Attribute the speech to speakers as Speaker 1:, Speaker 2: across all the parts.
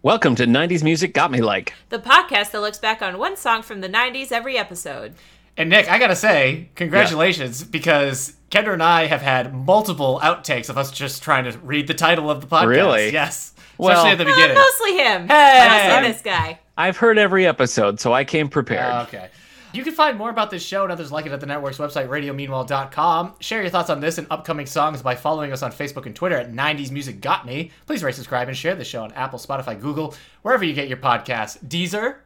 Speaker 1: Welcome to 90s Music Got Me Like.
Speaker 2: the podcast that looks back on one song from the 90s every episode.
Speaker 3: And Nick, I gotta say, congratulations because Kendra and I have had multiple outtakes of us just trying to read the title of the podcast.
Speaker 1: Really?
Speaker 3: Yes.
Speaker 1: Well-
Speaker 3: Especially at the
Speaker 2: Uh,
Speaker 3: beginning.
Speaker 2: mostly him.
Speaker 3: Hey!
Speaker 2: Mostly this guy.
Speaker 1: I've heard every episode, so I came prepared.
Speaker 3: Uh, okay. You can find more about this show and others like it at the network's website, radiomeanwhile.com. Share your thoughts on this and upcoming songs by following us on Facebook and Twitter at 90s Music Got Me. Please rate, subscribe, and share the show on Apple, Spotify, Google, wherever you get your podcasts. Deezer?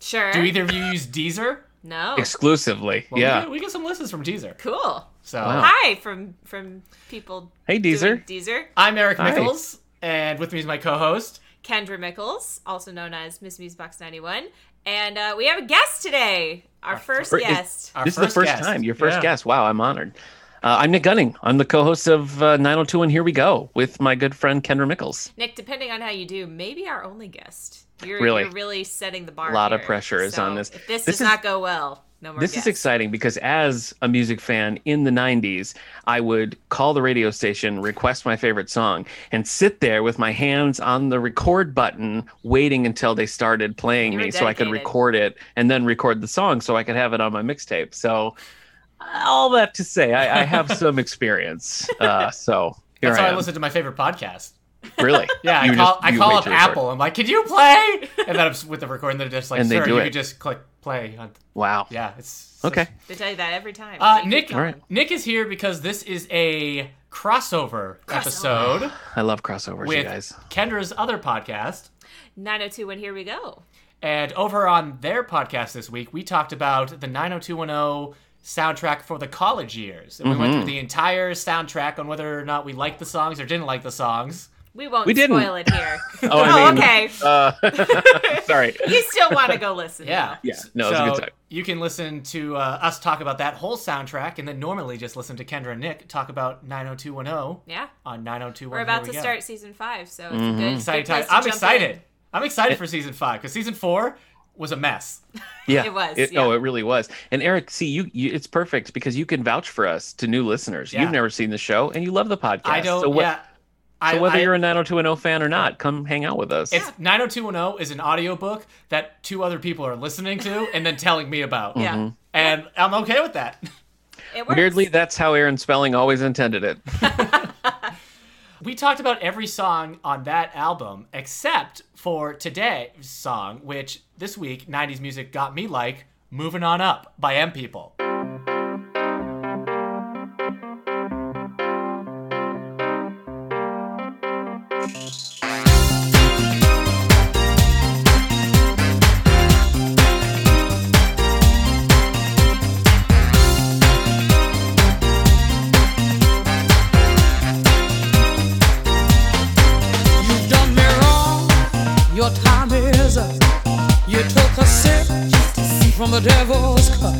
Speaker 2: Sure.
Speaker 3: Do either of you use Deezer?
Speaker 2: no.
Speaker 1: Exclusively.
Speaker 3: Well,
Speaker 1: yeah.
Speaker 3: We get, we get some listens from Deezer.
Speaker 2: Cool.
Speaker 3: So
Speaker 1: Wow.
Speaker 2: Hi from from people.
Speaker 1: Oh. Hey, Deezer.
Speaker 2: doing Deezer.
Speaker 3: I'm Eric
Speaker 1: Hi.
Speaker 3: Nichols, and with me is my co host.
Speaker 2: Kendra Mickles, also known as Miss Musebox 91. And uh, we have a guest today. Our first
Speaker 1: fir- is-
Speaker 2: guest.
Speaker 3: Our
Speaker 1: this is the first
Speaker 3: guest.
Speaker 1: time. Your first
Speaker 3: Yeah.
Speaker 1: guest. Wow, I'm honored. Uh, I'm Nick Gunning. I'm the co host of uh, 902 and Here We Go with my good friend Kendra Mickles.
Speaker 2: Nick, depending on how you do, maybe our only guest. You're
Speaker 1: Really.
Speaker 2: you're really setting the bar.
Speaker 1: Lot of
Speaker 2: here.
Speaker 1: pressure is on this.
Speaker 2: If this,
Speaker 1: This
Speaker 2: does
Speaker 1: is-
Speaker 2: not go well, no more
Speaker 1: This
Speaker 2: guests.
Speaker 1: is exciting because as a music fan in the 90s, I would call the radio station, request my favorite song, and sit there with my hands on the record button, waiting until they started playing
Speaker 2: You were
Speaker 1: me so I could
Speaker 2: dedicated.
Speaker 1: record it and then record the song so I could have it on my mixtape. So, all that to say, I, I have some experience. Uh, so, here
Speaker 3: That's
Speaker 1: I
Speaker 3: how I
Speaker 1: am.
Speaker 3: listen to my favorite podcast.
Speaker 1: really?
Speaker 3: Yeah, I
Speaker 1: You
Speaker 3: call,
Speaker 1: just-
Speaker 3: I
Speaker 1: you
Speaker 3: call
Speaker 1: wait
Speaker 3: up
Speaker 1: to record.
Speaker 3: Apple. I'm like, "Can you play?" And then I'm s- with the recorder, they're just like,
Speaker 1: And they
Speaker 3: "Sir,
Speaker 1: do
Speaker 3: you
Speaker 1: it.
Speaker 3: could just click play." On...
Speaker 1: Wow.
Speaker 3: Yeah, it's it's-
Speaker 1: Okay.
Speaker 2: They tell you that every time.
Speaker 3: Uh,
Speaker 2: They keep
Speaker 3: Nick,
Speaker 2: going.
Speaker 1: All right.
Speaker 3: Nick is here because this is a crossover, episode
Speaker 1: I love crossovers, you
Speaker 3: with
Speaker 1: guys.
Speaker 3: Kendra's other podcast.
Speaker 2: 902 and oh here we go.
Speaker 3: And over on their podcast this week, we talked about the 90210 soundtrack for the college years. And we went
Speaker 1: Mm-hmm.
Speaker 3: through the entire soundtrack on whether or not we liked the songs or didn't like the songs.
Speaker 2: We won't
Speaker 1: We didn't.
Speaker 2: spoil it here.
Speaker 1: Oh, I mean,
Speaker 2: okay.
Speaker 1: Uh, sorry.
Speaker 2: you still want to go listen.
Speaker 3: Yeah.
Speaker 1: Yeah, no, it was a good time.
Speaker 3: You can listen to uh, us talk about that whole soundtrack and then normally just listen to Kendra and Nick talk about 90210
Speaker 2: though. Yeah.
Speaker 3: on 90210.
Speaker 2: We're about
Speaker 3: Here
Speaker 2: to
Speaker 3: we go.
Speaker 2: start season five, so it's a good,
Speaker 3: Excited
Speaker 2: good place
Speaker 3: time.
Speaker 2: to
Speaker 3: I'm
Speaker 2: jump
Speaker 3: excited.
Speaker 2: in.
Speaker 3: I'm excited for season five because season four was a mess.
Speaker 1: Yeah,
Speaker 2: It was,
Speaker 1: Oh,
Speaker 2: yeah.
Speaker 1: it really was. And Eric, see, you, you it's perfect because you can vouch for us to new listeners.
Speaker 3: Yeah.
Speaker 1: You've never seen the show, and you love the podcast.
Speaker 3: I don't.
Speaker 1: So, what-
Speaker 3: yeah. I,
Speaker 1: so whether
Speaker 3: I-
Speaker 1: you're a 90210 fan or not, come hang out with us.
Speaker 3: It's 90210 is an audiobook that two other people are listening to and then telling me
Speaker 1: Mm-hmm.
Speaker 3: about.
Speaker 2: Yeah.
Speaker 3: And I'm okay with that.
Speaker 2: It works.
Speaker 1: Weirdly, that's how Aaron Spelling always intended it.
Speaker 3: We talked about every song on that album except for today's song, which this week 90s music got me like Moving On Up by M People.
Speaker 4: You've done me wrong. Your time is up. You took a sip from the devil's cup.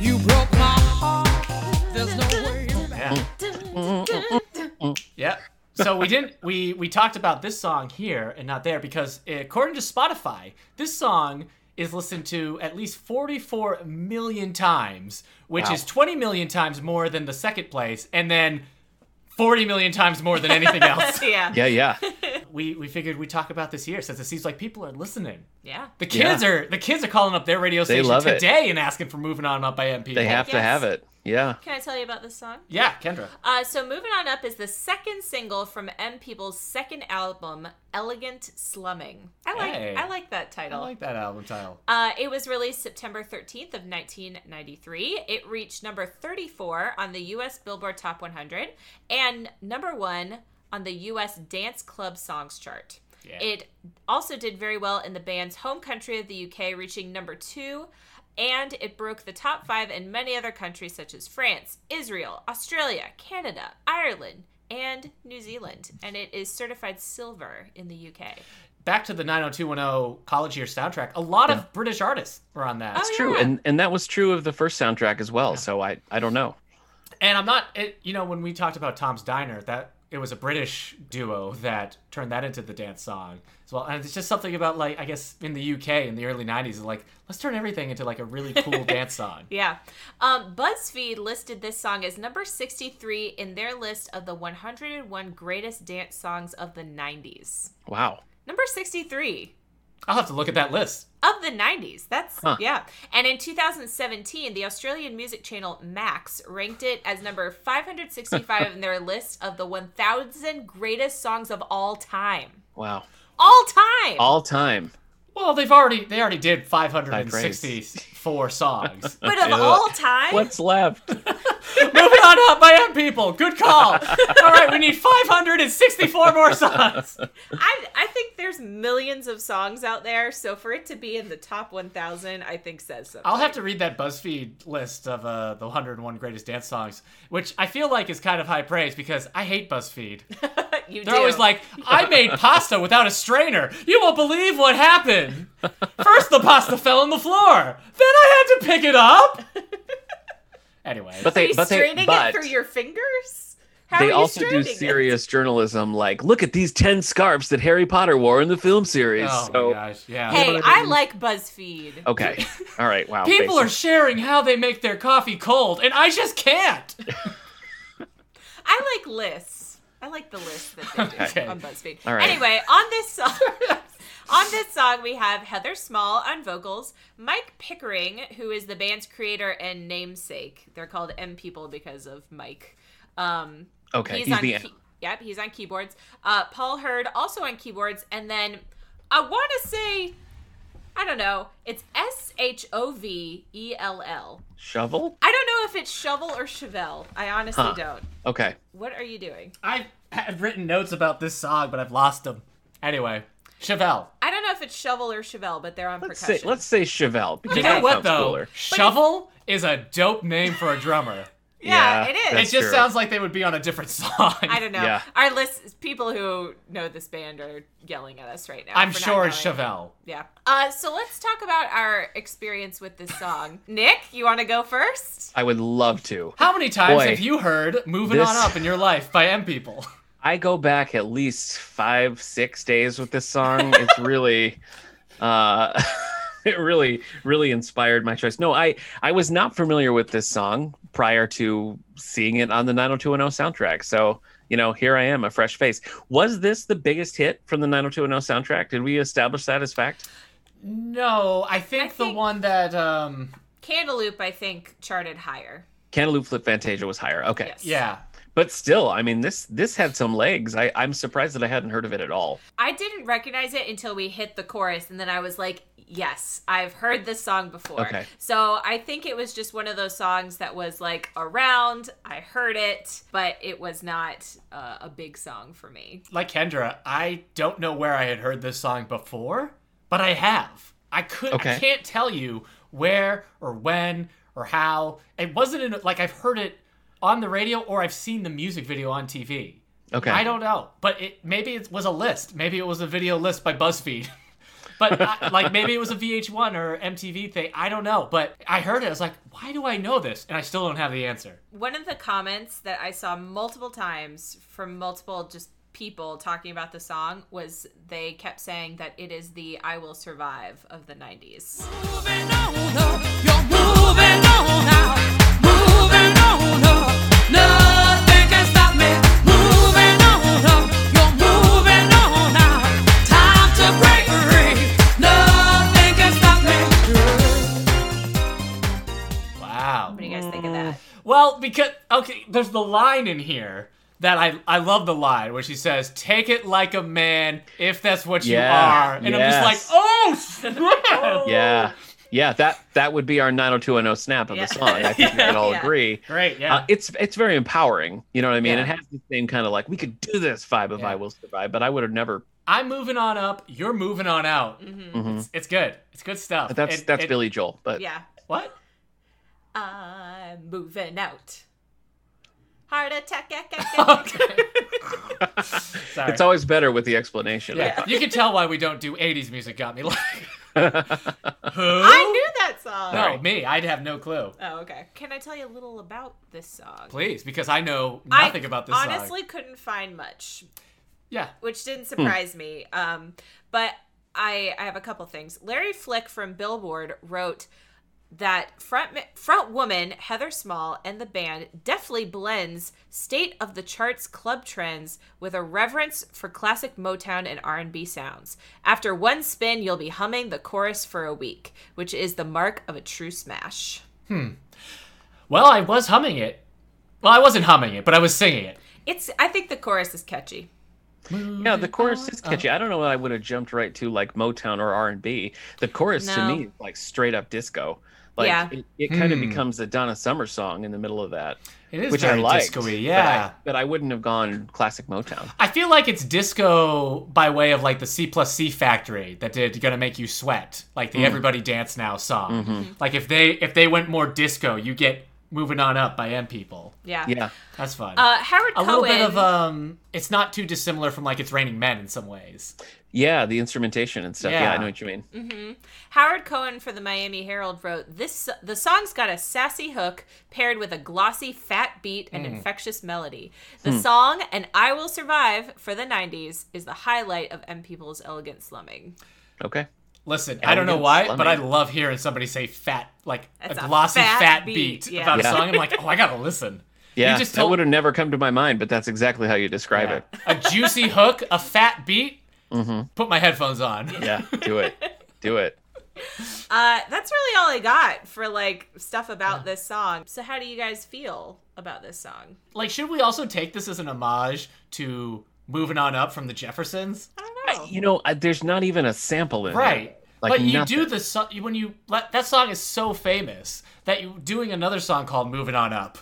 Speaker 4: You broke my heart. There's no way back.
Speaker 3: Yeah.
Speaker 2: Dun-dun-dun-dun.
Speaker 3: Yep. So we didn't we we talked about this song here and not there because according to Spotify, this song is listened to at least 44 million times, which
Speaker 1: Wow.
Speaker 3: is 20 million times more than the second place and then 40 million times more than anything else.
Speaker 2: yeah.
Speaker 1: yeah, yeah.
Speaker 3: we we figured we'd talk about this here since it seems like people are listening.
Speaker 2: Yeah.
Speaker 3: The kids are the kids are calling up their radio station
Speaker 1: love it.
Speaker 3: today and asking for moving on up by MP.
Speaker 1: They have to
Speaker 2: Yes.
Speaker 1: have it. Yeah.
Speaker 2: Can I tell you about this song?
Speaker 3: Yeah, Kendra.
Speaker 2: Uh, so, Moving On Up is the second single from M People's second album, Elegant Slumming. I like
Speaker 3: Hey.
Speaker 2: I like that
Speaker 3: I
Speaker 2: title.
Speaker 3: like that album title.
Speaker 2: Uh, it was released September 13th of 1993. It reached number 34 on the U.S. Billboard Top 100 and number one on the U.S. Dance Club Songs chart.
Speaker 3: Yeah.
Speaker 2: It also did very well in the band's home country of the U.K., reaching number two, and it broke the top five in many other countries such as France, Israel, Australia, Canada, Ireland. And New Zealand, and it is certified silver in the UK.
Speaker 3: Back to the 90210 college year soundtrack. A lot of British artists were on that.
Speaker 2: Oh,
Speaker 1: It's true.
Speaker 2: yeah.
Speaker 1: And and that was true of the first soundtrack as well. So I I don't know.
Speaker 3: And I'm not it, you know when we talked about Tom's Diner that it was a British duo that turned that into the dance song as well. And it's just something about like I guess in the UK in the early 90s like let's turn everything into like a really cool dance song.
Speaker 2: Yeah. Um, BuzzFeed listed this song as number 63 in their list of the 101 greatest dance songs of the 90s.
Speaker 1: Wow.
Speaker 2: Number 63
Speaker 3: I'll have to look at that list.
Speaker 2: of the 90s. That's
Speaker 1: Huh.
Speaker 2: yeah. And in 2017, the Australian music channel Max ranked it as number 565 in their list of the 1000 greatest songs of all time.
Speaker 1: Wow.
Speaker 2: All time.
Speaker 1: All time.
Speaker 3: Well, they've already they already did
Speaker 1: High praise.
Speaker 3: 564 songs.
Speaker 2: but of
Speaker 1: Ew.
Speaker 2: all time?
Speaker 1: What's left?
Speaker 3: Moving on up, I am people. Good call. All right, we need 564 more songs.
Speaker 2: I I think there's millions of songs out there, so for it to be in the top 1000, I think says something.
Speaker 3: I'll have to read that BuzzFeed list of uh, the 101 greatest dance songs, which I feel like is kind of high praise because I hate BuzzFeed.
Speaker 2: you
Speaker 3: They're
Speaker 2: do.
Speaker 3: always like, I made pasta without a strainer. You won't believe what happened. First, the pasta fell on the floor. Then I had to pick it up. Anyway,
Speaker 1: But
Speaker 2: Are
Speaker 1: they
Speaker 2: you
Speaker 1: but they
Speaker 2: straining
Speaker 1: but
Speaker 2: it through your fingers? How are
Speaker 1: they
Speaker 2: you
Speaker 1: also do
Speaker 2: straining it?
Speaker 1: serious journalism like look at these 10 scarves that Harry Potter wore in the film series.
Speaker 3: oh
Speaker 1: so
Speaker 3: my gosh, yeah.
Speaker 2: Hey, I like BuzzFeed.
Speaker 1: okay. All right. Wow.
Speaker 3: People are
Speaker 1: basic.
Speaker 3: sharing how they make their coffee cold, and I just can't.
Speaker 2: I like lists. I like the list that they do
Speaker 3: Okay.
Speaker 2: on BuzzFeed.
Speaker 1: All right.
Speaker 2: Anyway, on this song, on this song we have Heather Small on vocals, Mike Pickering, who is the band's creator and namesake. They're called M People because of Mike. Um,
Speaker 1: Okay,
Speaker 2: he's,
Speaker 1: he's
Speaker 2: on.
Speaker 1: the-
Speaker 2: key- yep, he's on keyboards. Uh, Paul Hurd also on keyboards, and then I want to say. I don't know. It's S H O V E L L.
Speaker 1: shovel.
Speaker 2: I don't know if it's shovel or Chevelle. I honestly
Speaker 1: Huh.
Speaker 2: don't.
Speaker 1: Okay.
Speaker 2: What are you doing?
Speaker 3: I have written notes about this song, but I've lost them. Anyway, Chevelle.
Speaker 2: I don't know if it's Shovel or Chevelle, but they're on
Speaker 1: Let's say
Speaker 2: percussion.
Speaker 1: let's say Chevelle. because
Speaker 3: You know
Speaker 1: that
Speaker 3: what
Speaker 1: sounds
Speaker 3: though?
Speaker 1: cooler.
Speaker 3: Shovel is a dope name for a drummer.
Speaker 1: Yeah,
Speaker 2: yeah, it
Speaker 3: it
Speaker 2: is.
Speaker 1: that's-
Speaker 3: just
Speaker 1: true.
Speaker 3: sounds like they would be on a different song.
Speaker 2: I don't know.
Speaker 1: Yeah.
Speaker 2: Our list people who know this band are yelling at us right now.
Speaker 3: I'm
Speaker 2: for not
Speaker 3: sure it's
Speaker 2: knowing.
Speaker 3: Chevelle.
Speaker 2: Yeah. Uh, so let's talk about our experience with this song. Nick, you want to go first?
Speaker 1: I would love to.
Speaker 3: How many times
Speaker 1: Boy,
Speaker 3: have you heard "Moving
Speaker 1: this-
Speaker 3: On Up" in your life by M People?
Speaker 1: I go back at least five, six days with this song. It's really, uh, it really, really inspired my choice. No, I I was not familiar with this song prior to seeing it on the 90210 soundtrack. So you know, here I am, a fresh face. Was this the biggest hit from the 90210 soundtrack? Did we establish that as fact?
Speaker 3: No, I think,
Speaker 2: I think-
Speaker 3: the one that um
Speaker 2: Cantaloupe, I think, charted higher.
Speaker 1: Cantaloupe Flip Fantasia was higher. Okay,
Speaker 2: Yes.
Speaker 3: yeah.
Speaker 1: but still, I mean, this this had some legs. I I'm surprised that I hadn't heard of it at all.
Speaker 2: I didn't recognize it until we hit the chorus, and then I was like, yes, I've heard this song before.
Speaker 1: Okay.
Speaker 2: So I think it was just one of those songs that was like around, I heard it, but it was not uh, a big song for me.
Speaker 3: Like Kendra, I don't know where I had heard this song before, but I have. I could I
Speaker 1: Okay.
Speaker 3: can't tell you where or when or how. It wasn't in, like I've heard it on the radio or I've seen the music video on TV.
Speaker 1: Okay,
Speaker 3: I don't know, but it maybe it was a list. Maybe it was a video list by BuzzFeed. but I, like maybe it was a VH1 or MTV thing. I don't know, but I heard it. I was like, why do I know this? And I still don't have the answer.
Speaker 2: One of the comments that I saw multiple times from multiple just people talking about the song was they kept saying that it is the I Will Survive of the 90s.
Speaker 4: Moving on up, you're moving on out, moving on up. Nothing can stop me. Moving on up, you're moving on out. Time to break free. Nothing can stop me.
Speaker 3: Wow.
Speaker 2: What do you guys think of that?
Speaker 3: Well, because okay, there's the line in here that I I love the line where she says, "Take it like a man, if that's what you
Speaker 1: Yeah,
Speaker 3: are," and I'm
Speaker 1: yes.
Speaker 3: just like,
Speaker 2: Oh.
Speaker 3: oh. Snap.
Speaker 1: Yeah. Yeah, that that would be our 90210 snap of
Speaker 2: Yeah.
Speaker 1: the song. I think we can all
Speaker 2: Yeah.
Speaker 1: agree.
Speaker 3: Great. Yeah.
Speaker 1: Uh, it's it's very empowering. You know what I mean?
Speaker 3: Yeah.
Speaker 1: It has the same kind of like we could do this vibe of
Speaker 3: Yeah.
Speaker 1: I Will Survive, but I would have never.
Speaker 3: I'm moving on up. You're moving on out.
Speaker 1: Mhm.
Speaker 3: It's, it's good. It's good stuff.
Speaker 1: But that's
Speaker 3: Mm-hmm. It-
Speaker 1: that's
Speaker 3: it-
Speaker 1: Billy Joel. But
Speaker 2: Yeah.
Speaker 3: What?
Speaker 2: I'm moving out. Heart attack. ack, ack, ack.
Speaker 3: Okay. Sorry.
Speaker 1: it's always better with the explanation.
Speaker 3: yeah. You can tell why we don't do 80s music got me like. Who?
Speaker 2: I knew that song.
Speaker 3: No, me. I'd have no clue.
Speaker 2: Oh, okay. Can I tell you a little about this song?
Speaker 3: Please, because I know
Speaker 2: I
Speaker 3: nothing about this song.
Speaker 2: honestly couldn't find much,
Speaker 3: Yeah.
Speaker 2: which didn't surprise me. Um, but I I have a couple things. Larry Flick from Billboard wrote that front ma- front woman Heather Small and the band deftly blends state of the charts club trends with a reverence for classic Motown and R&B sounds. After one spin, you'll be humming the chorus for a week, which is the mark of a true smash.
Speaker 3: Well, I was humming it. Well, I wasn't humming it, but I was singing it.
Speaker 2: It's I think the chorus is catchy.
Speaker 1: Yeah, the chorus
Speaker 3: Mm-hmm.
Speaker 1: is catchy. I don't know what I would have jumped right to like Motown or R and B. The chorus
Speaker 2: No.
Speaker 1: to me is like straight up disco. Like
Speaker 2: Yeah.
Speaker 1: it, it kind of
Speaker 3: Hmm.
Speaker 1: becomes a Donna Summer song in the middle of that,
Speaker 3: It is
Speaker 1: which I
Speaker 3: very
Speaker 1: like.
Speaker 3: disco-y, yeah.
Speaker 1: but I, wouldn't have gone classic Motown.
Speaker 3: I feel like it's disco by way of like the C plus C factory that did "Gonna Make You Sweat," like
Speaker 1: Mm.
Speaker 3: the "Everybody Dance Now" song.
Speaker 1: Mm-hmm.
Speaker 3: Like if they if they went more disco, you get "Moving On Up" by M People.
Speaker 2: Yeah.
Speaker 1: Yeah,
Speaker 3: That's fun.
Speaker 2: Uh, Howard
Speaker 3: a
Speaker 2: Cohen
Speaker 3: little bit of um, it's not too dissimilar from like "It's Raining Men" in some ways.
Speaker 1: yeah, the instrumentation and stuff. Yeah, I
Speaker 3: Yeah.
Speaker 1: know what you mean.
Speaker 2: Howard Cohen for the Miami Herald wrote this the song's got a sassy hook paired with a glossy fat beat and
Speaker 3: Hmm.
Speaker 2: infectious melody. The song and I Will Survive for the 90s is the highlight of M People's elegant slumming.
Speaker 1: Okay,
Speaker 3: Listen, I don't know
Speaker 1: Elegant
Speaker 3: why, but I
Speaker 1: slumming.
Speaker 3: love hearing somebody say "fat" like
Speaker 2: That's
Speaker 3: a
Speaker 2: a
Speaker 3: glossy fat,
Speaker 2: fat
Speaker 3: beat,
Speaker 2: beat, yeah.
Speaker 3: about
Speaker 1: Yeah.
Speaker 3: a song. I'm like, oh, I gotta listen.
Speaker 1: yeah,
Speaker 3: you just
Speaker 1: that
Speaker 3: told
Speaker 1: would have never come to my mind, but that's exactly how you describe
Speaker 3: Yeah.
Speaker 1: it. Mm-hmm.
Speaker 3: a juicy hook, a fat beat. Put my headphones on.
Speaker 1: Yeah, do it, do it.
Speaker 2: Uh, that's really all I got for like stuff about this song. So how do you guys feel about this song?
Speaker 3: Like, should we also take this as an homage to moving on up from the Jeffersons?
Speaker 2: I don't know.
Speaker 1: You know, I, there's not even a sample in there.
Speaker 3: Right.
Speaker 1: Like
Speaker 3: but you
Speaker 1: nothing.
Speaker 3: do the so- you- when you let that song is so famous that you doing another song called "Moving On Up."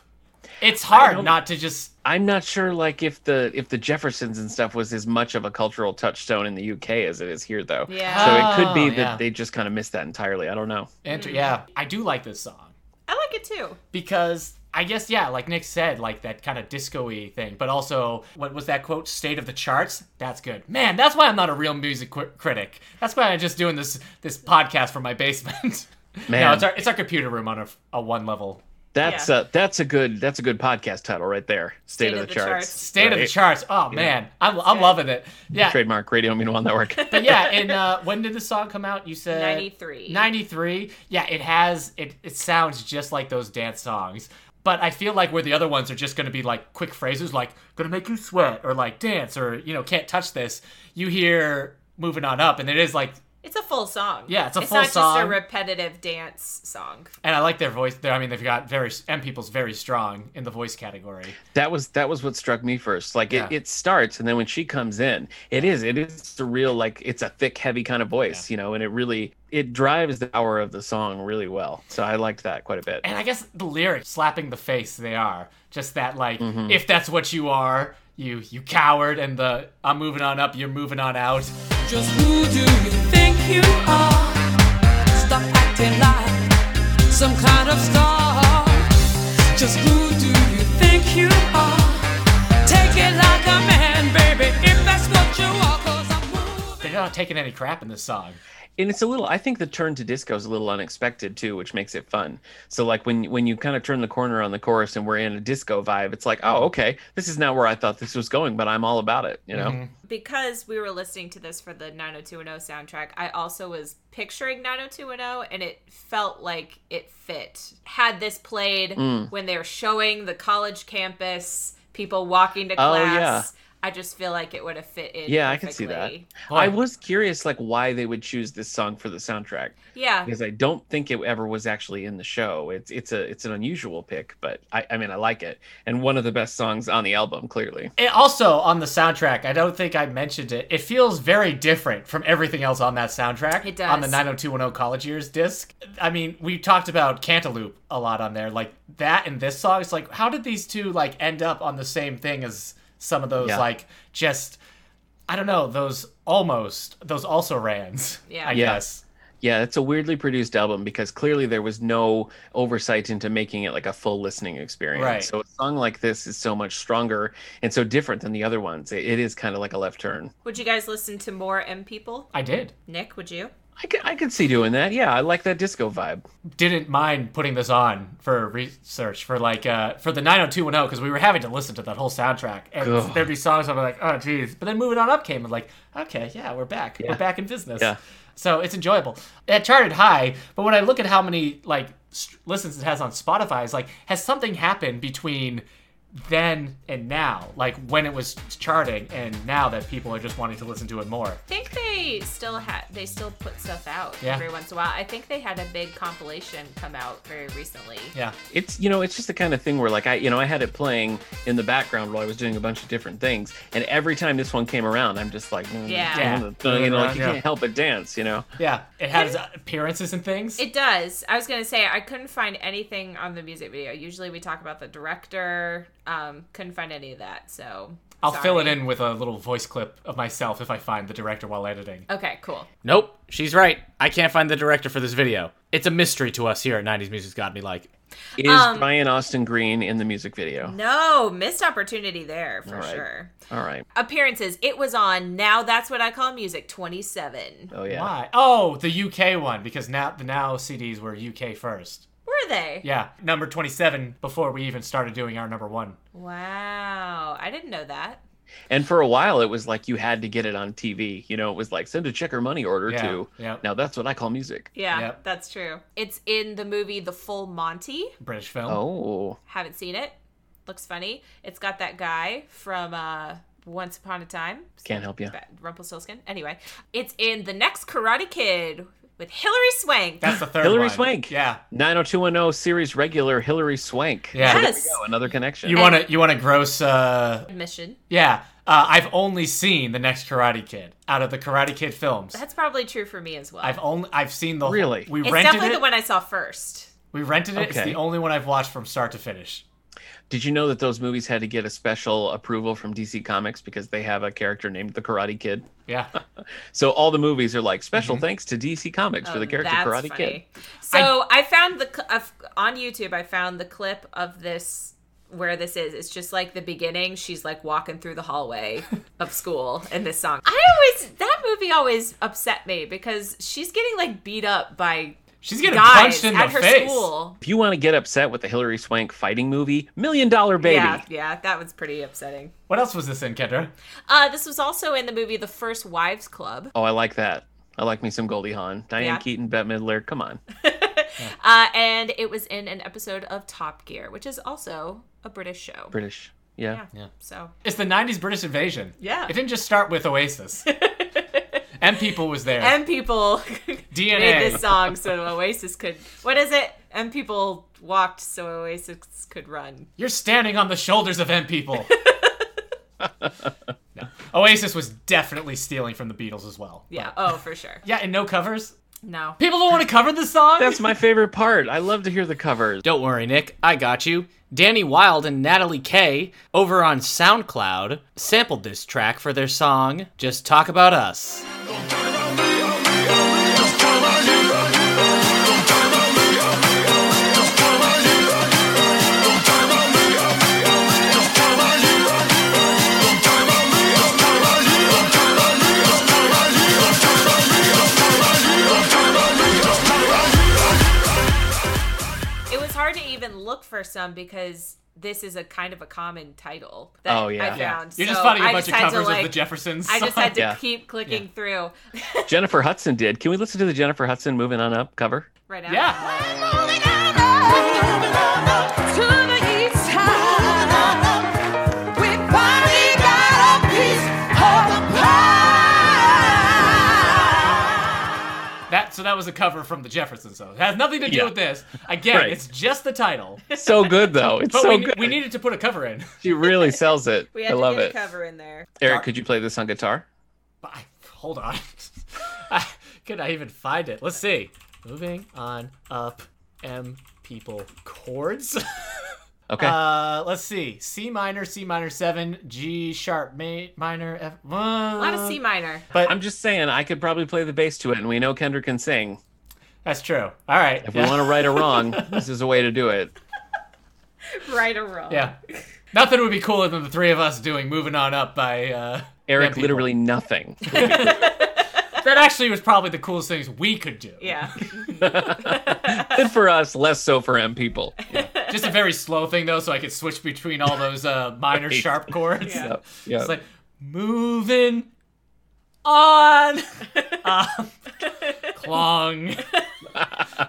Speaker 3: It's hard
Speaker 1: don't-
Speaker 3: not to just
Speaker 1: I'm not sure like if the if the Jeffersons and stuff was as much of a cultural touchstone in the UK as it is here though.
Speaker 2: Yeah.
Speaker 1: So it could
Speaker 3: Oh,
Speaker 1: be that
Speaker 3: yeah.
Speaker 1: they just kind of missed that entirely. I don't know.
Speaker 3: enter. Yeah, I do like this song
Speaker 2: I like it too.
Speaker 3: because I guess yeah, like Nick said, like that kind of disco-y thing. But also, what was that quote? "State of the charts." That's good, man. That's why I'm not a real music cri- critic. That's why I'm just doing this this podcast from my basement. no,
Speaker 1: Man.
Speaker 3: it's our it's our computer room on a, a one level
Speaker 1: That's
Speaker 2: Yeah.
Speaker 1: a that's a good that's a good podcast title right there. State, of, the, charts.
Speaker 3: State of the
Speaker 1: Right.
Speaker 3: charts. Oh man, I'm, I'm loving it. Yeah,
Speaker 1: Trademark Radio Meanwhile Network.
Speaker 3: but yeah. And uh, when did this song come out? You said
Speaker 2: 93.
Speaker 3: 93. Yeah, it has. It it sounds just like those dance songs. But I feel like where the other ones are just going to be like quick phrases, like "gonna make you sweat" or like "dance" or you know "can't touch this." You hear "moving on up," and it is like,
Speaker 2: It's a full song.
Speaker 3: Yeah, it's a
Speaker 2: it's
Speaker 3: full
Speaker 2: not just
Speaker 3: song.
Speaker 2: a repetitive dance song.
Speaker 3: and I like their voice. There, I mean, they've got very M people's very strong in the voice category.
Speaker 1: that was that was what struck me first. Like
Speaker 3: Yeah.
Speaker 1: it, it starts and then when she comes in, it is it is a real like it's a thick heavy kind of voice, you know, and it really it drives the hour of the song really well. So I liked that quite a bit.
Speaker 3: and I guess the lyrics slapping the face they are just that like if that's what you are you you coward and the I'm moving on up you're moving on out
Speaker 4: Just who do you think you are? Stop acting like some kind of star. Just who do you think you are? Take it like a man, baby, if that's what you are. Cause I'm moving.
Speaker 3: they're not taking any crap in this song
Speaker 1: and it's a little i think the turn to disco is a little unexpected too which makes it fun so like when when you kind of turn the corner on the chorus and we're in a disco vibe it's like oh okay this is not where i thought this was going but i'm all about it you
Speaker 3: Mm-hmm.
Speaker 1: know
Speaker 2: because we were listening to this for the 90210 soundtrack, I also was picturing 90210 and it felt like it fit. Had this played
Speaker 1: Mm.
Speaker 2: when they were showing the college campus, people walking to
Speaker 1: Oh, yeah.
Speaker 2: class, I just feel like it would have fit in.
Speaker 1: yeah i can see that
Speaker 2: perfectly.
Speaker 1: i
Speaker 3: Boy.
Speaker 1: was curious like why they would choose this song for the soundtrack
Speaker 2: Yeah.
Speaker 1: because i don't think it ever was actually in the show it's it's a it's an unusual pick but i i mean i like it and one of the best songs on the album clearly
Speaker 3: and also on the soundtrack I don't think I mentioned it it feels very different from everything else on that soundtrack
Speaker 2: It does.
Speaker 3: on the 90210 college years disc I mean we talked about Cantaloupe a lot on there like that and this song it's like how did these two like end up on the same thing as some of those
Speaker 1: Yeah.
Speaker 3: like just I don't know those almost those also rans.
Speaker 2: Yeah.
Speaker 3: I
Speaker 1: Yeah.
Speaker 3: guess.
Speaker 1: Yeah, it's a weirdly produced album because clearly there was no oversight into making it like a full listening experience.
Speaker 3: Right.
Speaker 1: So a song like this is so much stronger and so different than the other ones. It, it is kind of like a left turn.
Speaker 2: Would you guys listen to more M People?
Speaker 3: I did.
Speaker 2: Nick, would you?
Speaker 1: I could, I could see doing that. Yeah, I like that disco vibe.
Speaker 3: Didn't mind putting this on for research for like uh for the 90210 because we were having to listen to that whole soundtrack and
Speaker 1: Ugh.
Speaker 3: there'd be songs I'm like oh geez but then moving on up came and like okay yeah we're back we're back in business
Speaker 1: Yeah.
Speaker 3: so it's enjoyable it charted high but when I look at how many like st- listens it has on Spotify is like, has something happened between then and now? Like when it was charting and now that people are just wanting to listen to it more.
Speaker 2: I think they still had they still put stuff out
Speaker 3: Yeah.
Speaker 2: every once in a while. I think they had a big compilation come out very recently.
Speaker 3: Yeah.
Speaker 1: it's you know it's just the kind of thing where like i you know i had it playing in the background while i was doing a bunch of different things and every time this one came around i'm just like mm,
Speaker 2: Yeah.
Speaker 3: Yeah.
Speaker 1: you know like you
Speaker 3: Yeah.
Speaker 1: can't help but dance you know
Speaker 3: Yeah. It has appearances and things.
Speaker 2: It does. I was gonna say I couldn't find anything on the music video. Usually we talk about the director. Um, couldn't find any of that. So
Speaker 3: I'll fill it
Speaker 2: sorry.
Speaker 3: in with a little voice clip of myself if I find the director while editing.
Speaker 2: Okay, cool.
Speaker 5: Nope, she's right. I can't find the director for this video. It's a mystery to us here at 90s Music's Got Me Like.
Speaker 1: is
Speaker 2: Um,
Speaker 1: brian austin green in the music video
Speaker 2: No missed opportunity there for
Speaker 1: All right.
Speaker 2: sure.
Speaker 1: all right
Speaker 2: Appearances. It was on. Now that's what I call music. Twenty seven.
Speaker 1: oh yeah
Speaker 3: Why? Oh, the UK one because now the now CDs were UK first.
Speaker 2: Were they?
Speaker 3: Yeah, number 27 before we even started doing our number 1.
Speaker 2: Wow. I didn't know that.
Speaker 1: and for a while it was like you had to get it on tv you know it was like send a check or money order
Speaker 3: Yeah,
Speaker 1: to
Speaker 3: yeah.
Speaker 1: now that's what i call music
Speaker 2: Yeah,
Speaker 3: Yep.
Speaker 2: that's true. It's in the movie The Full Monty.
Speaker 3: British film.
Speaker 1: oh
Speaker 2: Haven't seen it. Looks funny. It's got that guy from uh, Once Upon a Time,
Speaker 1: can't help you
Speaker 2: Ba- Rumpelstiltskin. Anyway, it's in The Next Karate Kid with Hilary Swank.
Speaker 3: That's the third
Speaker 1: Hillary
Speaker 3: one.
Speaker 1: Swank.
Speaker 3: Yeah.
Speaker 1: 90210 series regular hillary swank
Speaker 3: Yeah.
Speaker 1: So there
Speaker 2: Yes.
Speaker 1: we go, another connection
Speaker 3: You want to you want to gross uh
Speaker 2: Mission.
Speaker 3: yeah, uh, I've only seen the next Karate Kid out of the Karate Kid films.
Speaker 2: That's probably true for me as well.
Speaker 3: I've only I've seen the
Speaker 1: Really?
Speaker 3: we
Speaker 2: it's
Speaker 3: rented
Speaker 2: definitely
Speaker 3: it.
Speaker 2: the one I saw first.
Speaker 3: We rented it. It's
Speaker 1: Okay.
Speaker 3: the only one I've watched from start to finish.
Speaker 1: Did you know that those movies had to get a special approval from DC Comics because they have a character named the Karate Kid?
Speaker 3: Yeah.
Speaker 1: So all the movies are like special thanks to DC Comics for
Speaker 2: Oh,
Speaker 1: the character
Speaker 2: that's
Speaker 1: Karate Kid.
Speaker 2: funny. So I, found the cl- uh, on YouTube. I found the clip of this where this is. It's just like the beginning. She's like walking through the hallway of school in this song. I always that movie always upset me because she's getting like beat up by
Speaker 3: She's getting
Speaker 2: guys
Speaker 3: punched in
Speaker 2: at
Speaker 3: the
Speaker 2: her
Speaker 3: face.
Speaker 2: school.
Speaker 1: If you want to get upset with the Hillary Swank fighting movie, Million Dollar Baby.
Speaker 2: Yeah, yeah, that was pretty upsetting.
Speaker 3: What else was this in, Kendra?
Speaker 2: Uh, this was also in the movie The First Wives Club.
Speaker 1: Oh, I like that. I like me some Goldie Hawn, Diane
Speaker 2: Yeah.
Speaker 1: Keaton, Bette Midler. Come on.
Speaker 2: Uh, and it was in an episode of Top Gear, which is also a British show.
Speaker 1: British. Yeah.
Speaker 2: yeah. So
Speaker 3: It's the 90s British invasion.
Speaker 2: Yeah.
Speaker 3: It didn't just start with Oasis. M People was there.
Speaker 2: M people
Speaker 3: DNA.
Speaker 2: made this song so Oasis could. What is it? M people walked so Oasis could run.
Speaker 3: You're standing on the shoulders of M People. No. Oasis was definitely stealing from the Beatles as well.
Speaker 2: Yeah. Oh, for sure.
Speaker 3: Yeah, and no covers.
Speaker 2: No.
Speaker 3: People don't want to cover this song.
Speaker 1: That's my favorite part. I love to hear the covers.
Speaker 5: Don't worry, Nick. I got you. Danny Wilde and Natalie Kay over on SoundCloud sampled this track for their song, Just Talk About Us.
Speaker 2: It was hard to even look for some because this is a kind of a common title that
Speaker 1: Oh, yeah.
Speaker 2: I
Speaker 1: Yeah.
Speaker 2: found.
Speaker 3: Yeah. You're
Speaker 2: so
Speaker 3: just finding
Speaker 2: I
Speaker 3: a bunch of
Speaker 2: had
Speaker 3: covers
Speaker 2: to, like,
Speaker 3: of the Jeffersons.
Speaker 2: I just had to
Speaker 1: Yeah.
Speaker 2: keep clicking through
Speaker 1: Jennifer Hudson did. Can we listen to the Jennifer Hudson moving on up cover?
Speaker 2: right now.
Speaker 3: Yeah. That so that was a cover from the Jeffersons, though. It has nothing to do
Speaker 1: Yeah.
Speaker 3: with this. Again,
Speaker 1: Right.
Speaker 3: it's just the title.
Speaker 1: So good though. It's
Speaker 3: But
Speaker 1: so
Speaker 3: we,
Speaker 1: good.
Speaker 3: we needed to put a cover in.
Speaker 1: she really sells it.
Speaker 2: We had
Speaker 1: I
Speaker 2: to
Speaker 1: love
Speaker 2: get
Speaker 1: it.
Speaker 2: a cover in there.
Speaker 1: Eric, could you play this on guitar?
Speaker 3: But I, hold on. I, could I even find it? Let's see. Moving on up M people chords.
Speaker 1: Okay.
Speaker 3: uh, let's see. C minor, C minor 7, G sharp ma- minor, F. uh, A
Speaker 2: A
Speaker 3: Um,
Speaker 2: lot of C minor.
Speaker 3: But
Speaker 1: I'm just saying I could probably play the bass to it, and we know Kendra can sing.
Speaker 3: that's true. All right.
Speaker 1: If
Speaker 3: yeah.
Speaker 1: we want to right or wrong, this is a way to do it.
Speaker 2: Right or wrong.
Speaker 3: Yeah. Nothing would be cooler than the three of us doing Moving On Up by uh,
Speaker 1: Eric,
Speaker 3: Damn People.
Speaker 1: literally nothing.
Speaker 3: That actually was probably the coolest things we could do.
Speaker 2: Yeah.
Speaker 1: Good for us, less so for M people.
Speaker 3: Just a very slow thing, though, so I could switch between all those uh, minor
Speaker 1: Right.
Speaker 3: sharp chords.
Speaker 2: Yeah.
Speaker 1: Yep, yep.
Speaker 3: It's like, moving on. um, clong.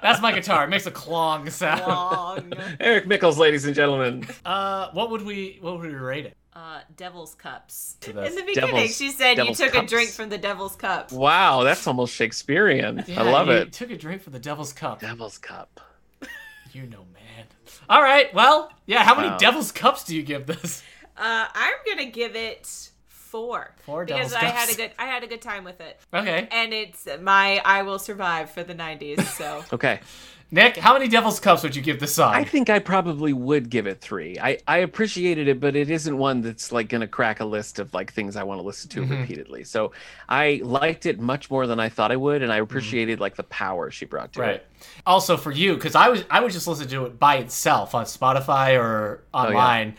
Speaker 3: That's my guitar. It makes a clong sound.
Speaker 2: Long.
Speaker 1: Eric Mickles, ladies and gentlemen.
Speaker 3: Uh, what would we what would we rate it?
Speaker 2: Uh, devil's cups.
Speaker 3: So
Speaker 2: In
Speaker 3: that's
Speaker 2: the beginning,
Speaker 1: devil's-
Speaker 2: she said you
Speaker 1: devil's
Speaker 2: took a
Speaker 1: cups.
Speaker 2: drink from the devil's cup.
Speaker 1: Wow, that's almost Shakespearean. I
Speaker 3: Yeah,
Speaker 1: love
Speaker 3: you
Speaker 1: it.
Speaker 3: Took a drink from the devil's cup.
Speaker 1: Devil's Cup.
Speaker 3: You know, man. All right. Well, yeah. How many
Speaker 1: Wow.
Speaker 3: devil's cups do you give this?
Speaker 2: Uh, I'm gonna give it four.
Speaker 3: Four
Speaker 2: because
Speaker 3: devil's
Speaker 2: I had
Speaker 3: cups.
Speaker 2: a good I had a good time with it,
Speaker 3: Okay,
Speaker 2: and it's my I will survive for the '90s. So
Speaker 1: Okay.
Speaker 3: Nick. How many devil's cups would you give this song?
Speaker 1: I think I probably would give it three. I, I appreciated it, but it isn't one that's like gonna crack a list of like things I want to listen to
Speaker 3: Mm-hmm.
Speaker 1: repeatedly. So I liked it much more than I thought I would, and I appreciated like the power she brought to
Speaker 3: Mm-hmm. Right.
Speaker 1: it.
Speaker 3: Also for you, because I was I would just listen to it by itself on Spotify or
Speaker 1: Oh,
Speaker 3: online,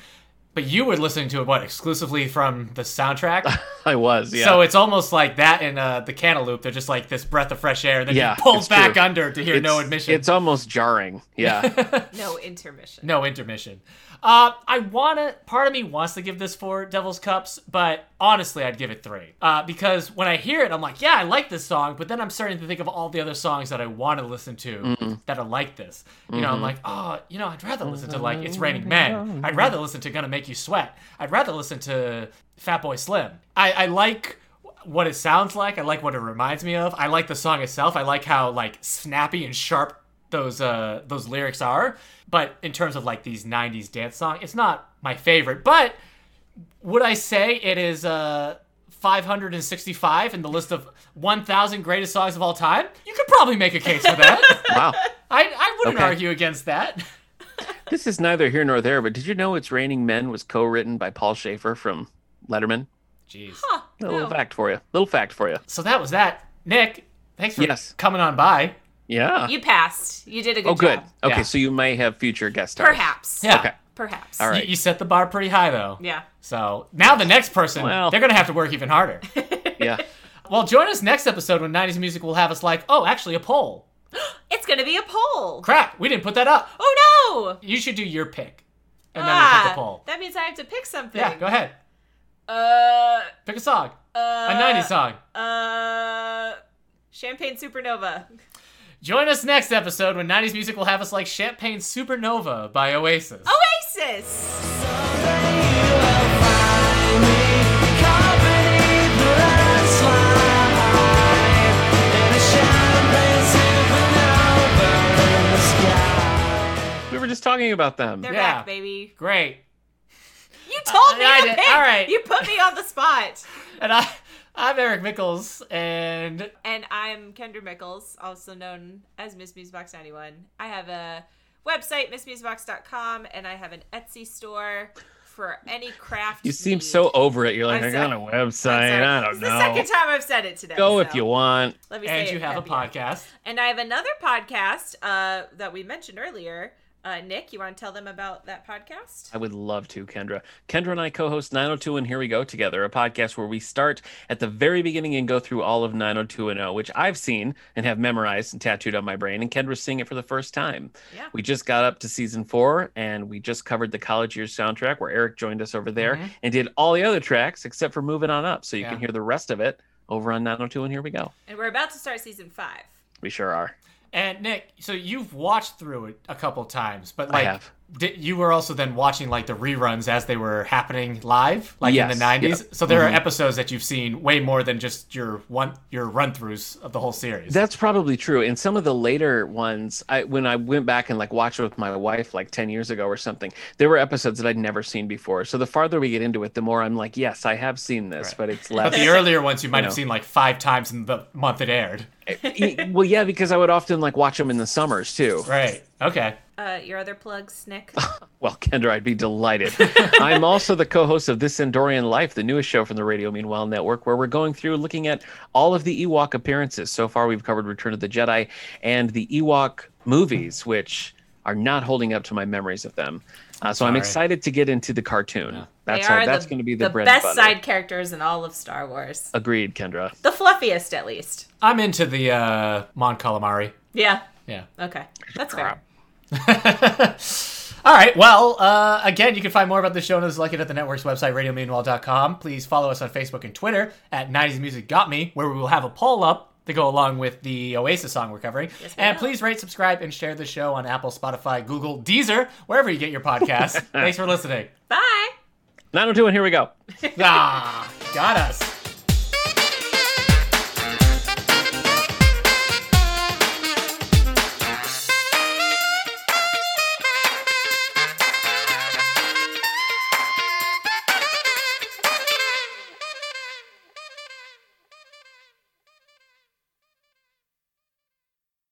Speaker 3: but you were listening to it what exclusively from the soundtrack.
Speaker 1: I was, yeah.
Speaker 3: So it's almost like that in uh, the Cantaloupe. They're just like this breath of fresh air, and then
Speaker 1: Yeah,
Speaker 3: you pull
Speaker 1: it's
Speaker 3: back
Speaker 1: true.
Speaker 3: under to hear no
Speaker 1: It's-
Speaker 3: admission.
Speaker 1: It's almost jarring. Yeah.
Speaker 2: no intermission.
Speaker 3: No intermission. Uh, I wanna. Part of me wants to give this four Devil's Cups, but honestly, I'd give it three. Uh, because when I hear it, I'm like, yeah, I like this song. But then I'm starting to think of all the other songs that I want to listen to that are like this. You know, I'm like, oh, you know, I'd rather listen to like It's Raining Men. I'd rather listen to Gonna Make You Sweat. I'd rather listen to Fat Boy Slim. I, I like what it sounds like. I like what it reminds me of. I like the song itself. I like how like snappy and sharp those uh those lyrics are. But in terms of like these '90s dance song, it's not my favorite. But would I say it is uh 565 in the list of 1,000 greatest songs of all time? You could probably make a case for that.
Speaker 1: wow.
Speaker 3: I I wouldn't
Speaker 1: Okay.
Speaker 3: argue against that.
Speaker 1: This is neither here nor there, but did you know It's Raining Men was co written by Paul Schaefer from Letterman?
Speaker 3: Jeez.
Speaker 2: Huh,
Speaker 1: A little
Speaker 2: no.
Speaker 1: fact for you. Little fact for you.
Speaker 3: So that was that. Nick, thanks for
Speaker 1: Yes.
Speaker 3: coming on by.
Speaker 1: Yeah.
Speaker 2: You passed. You did a good
Speaker 1: oh, good.
Speaker 2: job.
Speaker 1: Okay,
Speaker 3: Yeah.
Speaker 1: so you may have future guest stars.
Speaker 2: Perhaps.
Speaker 3: Yeah.
Speaker 1: Okay.
Speaker 2: Perhaps.
Speaker 1: All
Speaker 3: You-
Speaker 1: right.
Speaker 3: You, set the bar pretty high though.
Speaker 2: Yeah.
Speaker 3: So now the next person,
Speaker 1: Well.
Speaker 3: they're gonna have to work even harder.
Speaker 1: Yeah.
Speaker 3: well, join us next episode when '90s music will have us like, oh, actually, a poll.
Speaker 2: It's gonna be a poll.
Speaker 3: Crap, we didn't put that up.
Speaker 2: Oh no!
Speaker 3: You should do your pick, and then we'll
Speaker 2: Ah,
Speaker 3: pick the poll.
Speaker 2: that means I have to pick something.
Speaker 3: Yeah, go ahead.
Speaker 2: Uh,
Speaker 3: Pick a song,
Speaker 2: uh,
Speaker 3: a '90s song.
Speaker 2: Uh, Champagne Supernova.
Speaker 3: Join us next episode when '90s music will have us like "Champagne Supernova" by Oasis.
Speaker 2: Oh. Oasis.
Speaker 1: We were just talking about them.
Speaker 2: They're
Speaker 3: Yeah.
Speaker 2: back, baby.
Speaker 3: Great.
Speaker 2: You told me
Speaker 3: I
Speaker 2: to
Speaker 3: did-
Speaker 2: pick.
Speaker 3: all right.
Speaker 2: You put me on the spot.
Speaker 3: And I, I'm Eric Mickles, and
Speaker 2: And I'm Kendra Mickles, also known as Miss Musebox 91. I have a website, missmusebox.com, and I have an Etsy store for any craft.
Speaker 1: You seem
Speaker 2: need.
Speaker 1: so over it. You're like,
Speaker 2: I'm
Speaker 1: I got a
Speaker 2: sorry.
Speaker 1: website.
Speaker 2: I'm sorry.
Speaker 1: I don't
Speaker 2: It's the second
Speaker 1: know.
Speaker 2: time I've said it today.
Speaker 1: Go if
Speaker 2: so
Speaker 1: you want.
Speaker 2: Let me
Speaker 3: and
Speaker 2: say
Speaker 3: you
Speaker 2: it
Speaker 3: have a
Speaker 2: at the end.
Speaker 3: podcast.
Speaker 2: And I have another podcast uh, that we mentioned earlier. Uh, Nick, you want to tell them about that podcast?
Speaker 1: I would love to, Kendra. Kendra and I co host 902 and Here We Go together, a podcast where we start at the very beginning and go through all of 90210, which I've seen and have memorized and tattooed on my brain. And Kendra's seeing it for the first time.
Speaker 2: Yeah.
Speaker 1: We just got up to season four and we just covered the college years soundtrack where Eric joined us over there
Speaker 3: Mhm.
Speaker 1: and did all the other tracks except for Moving On Up. So you
Speaker 3: Yeah.
Speaker 1: can hear the rest of it over on 902 and Here We Go.
Speaker 2: And we're about to start season five.
Speaker 1: We sure are.
Speaker 3: And Nick, so you've watched through it a couple times, but
Speaker 1: I
Speaker 3: like
Speaker 1: have.
Speaker 3: di- you were also then watching like the reruns as they were happening live, like in
Speaker 1: Yes, Mm-hmm.
Speaker 3: the '90s. So there are episodes that you've seen way more than just your one your run throughs of the whole series.
Speaker 1: That's probably true. And some of the later ones, I when I went back and like watched with my wife like 10 years ago or something, there were episodes that I'd never seen before. So the farther we get into it, the more I'm like, yes, I have seen this,
Speaker 3: Right.
Speaker 1: but it's
Speaker 3: but the
Speaker 1: less.
Speaker 3: earlier ones you might
Speaker 1: know.
Speaker 3: have seen like five times in the month it aired.
Speaker 1: well, yeah, because I would often like watch them in the summers too.
Speaker 3: Right. Okay.
Speaker 2: Uh, your other plugs, Nick?
Speaker 1: Well, Kendra, I'd be delighted. I'm also the co host of This Endorian Life, the newest show from the Radio Meanwhile Network, where we're going through looking at all of the Ewok appearances. So far, we've covered Return of the Jedi and the Ewok movies, which are not holding up to my memories of them. Uh, so I'm
Speaker 3: Sorry.
Speaker 1: excited to get into the cartoon. That's
Speaker 2: they
Speaker 1: how,
Speaker 2: are
Speaker 1: that's
Speaker 2: the,
Speaker 1: going to be the, bread and
Speaker 2: best
Speaker 1: butter.
Speaker 2: side characters in all of Star Wars.
Speaker 1: Agreed, Kendra.
Speaker 2: The fluffiest, at least.
Speaker 3: I'm into the uh, Mon Calamari.
Speaker 2: Yeah.
Speaker 3: Yeah.
Speaker 2: Okay. That's fair.
Speaker 3: All right. Well, uh, again, you can find more about this show and others like it at the network's website, radiomeanwhile.com. Please follow us on Facebook and Twitter at 90s Music Got Me, where we will have a poll up to go along with the Oasis song we're covering.
Speaker 2: Yes, we
Speaker 3: and
Speaker 2: will.
Speaker 3: please rate, subscribe, and share the show on Apple, Spotify, Google, Deezer, wherever you get your podcasts. Thanks for listening.
Speaker 2: Bye.
Speaker 1: 902, and here we go.
Speaker 3: Ah, got us.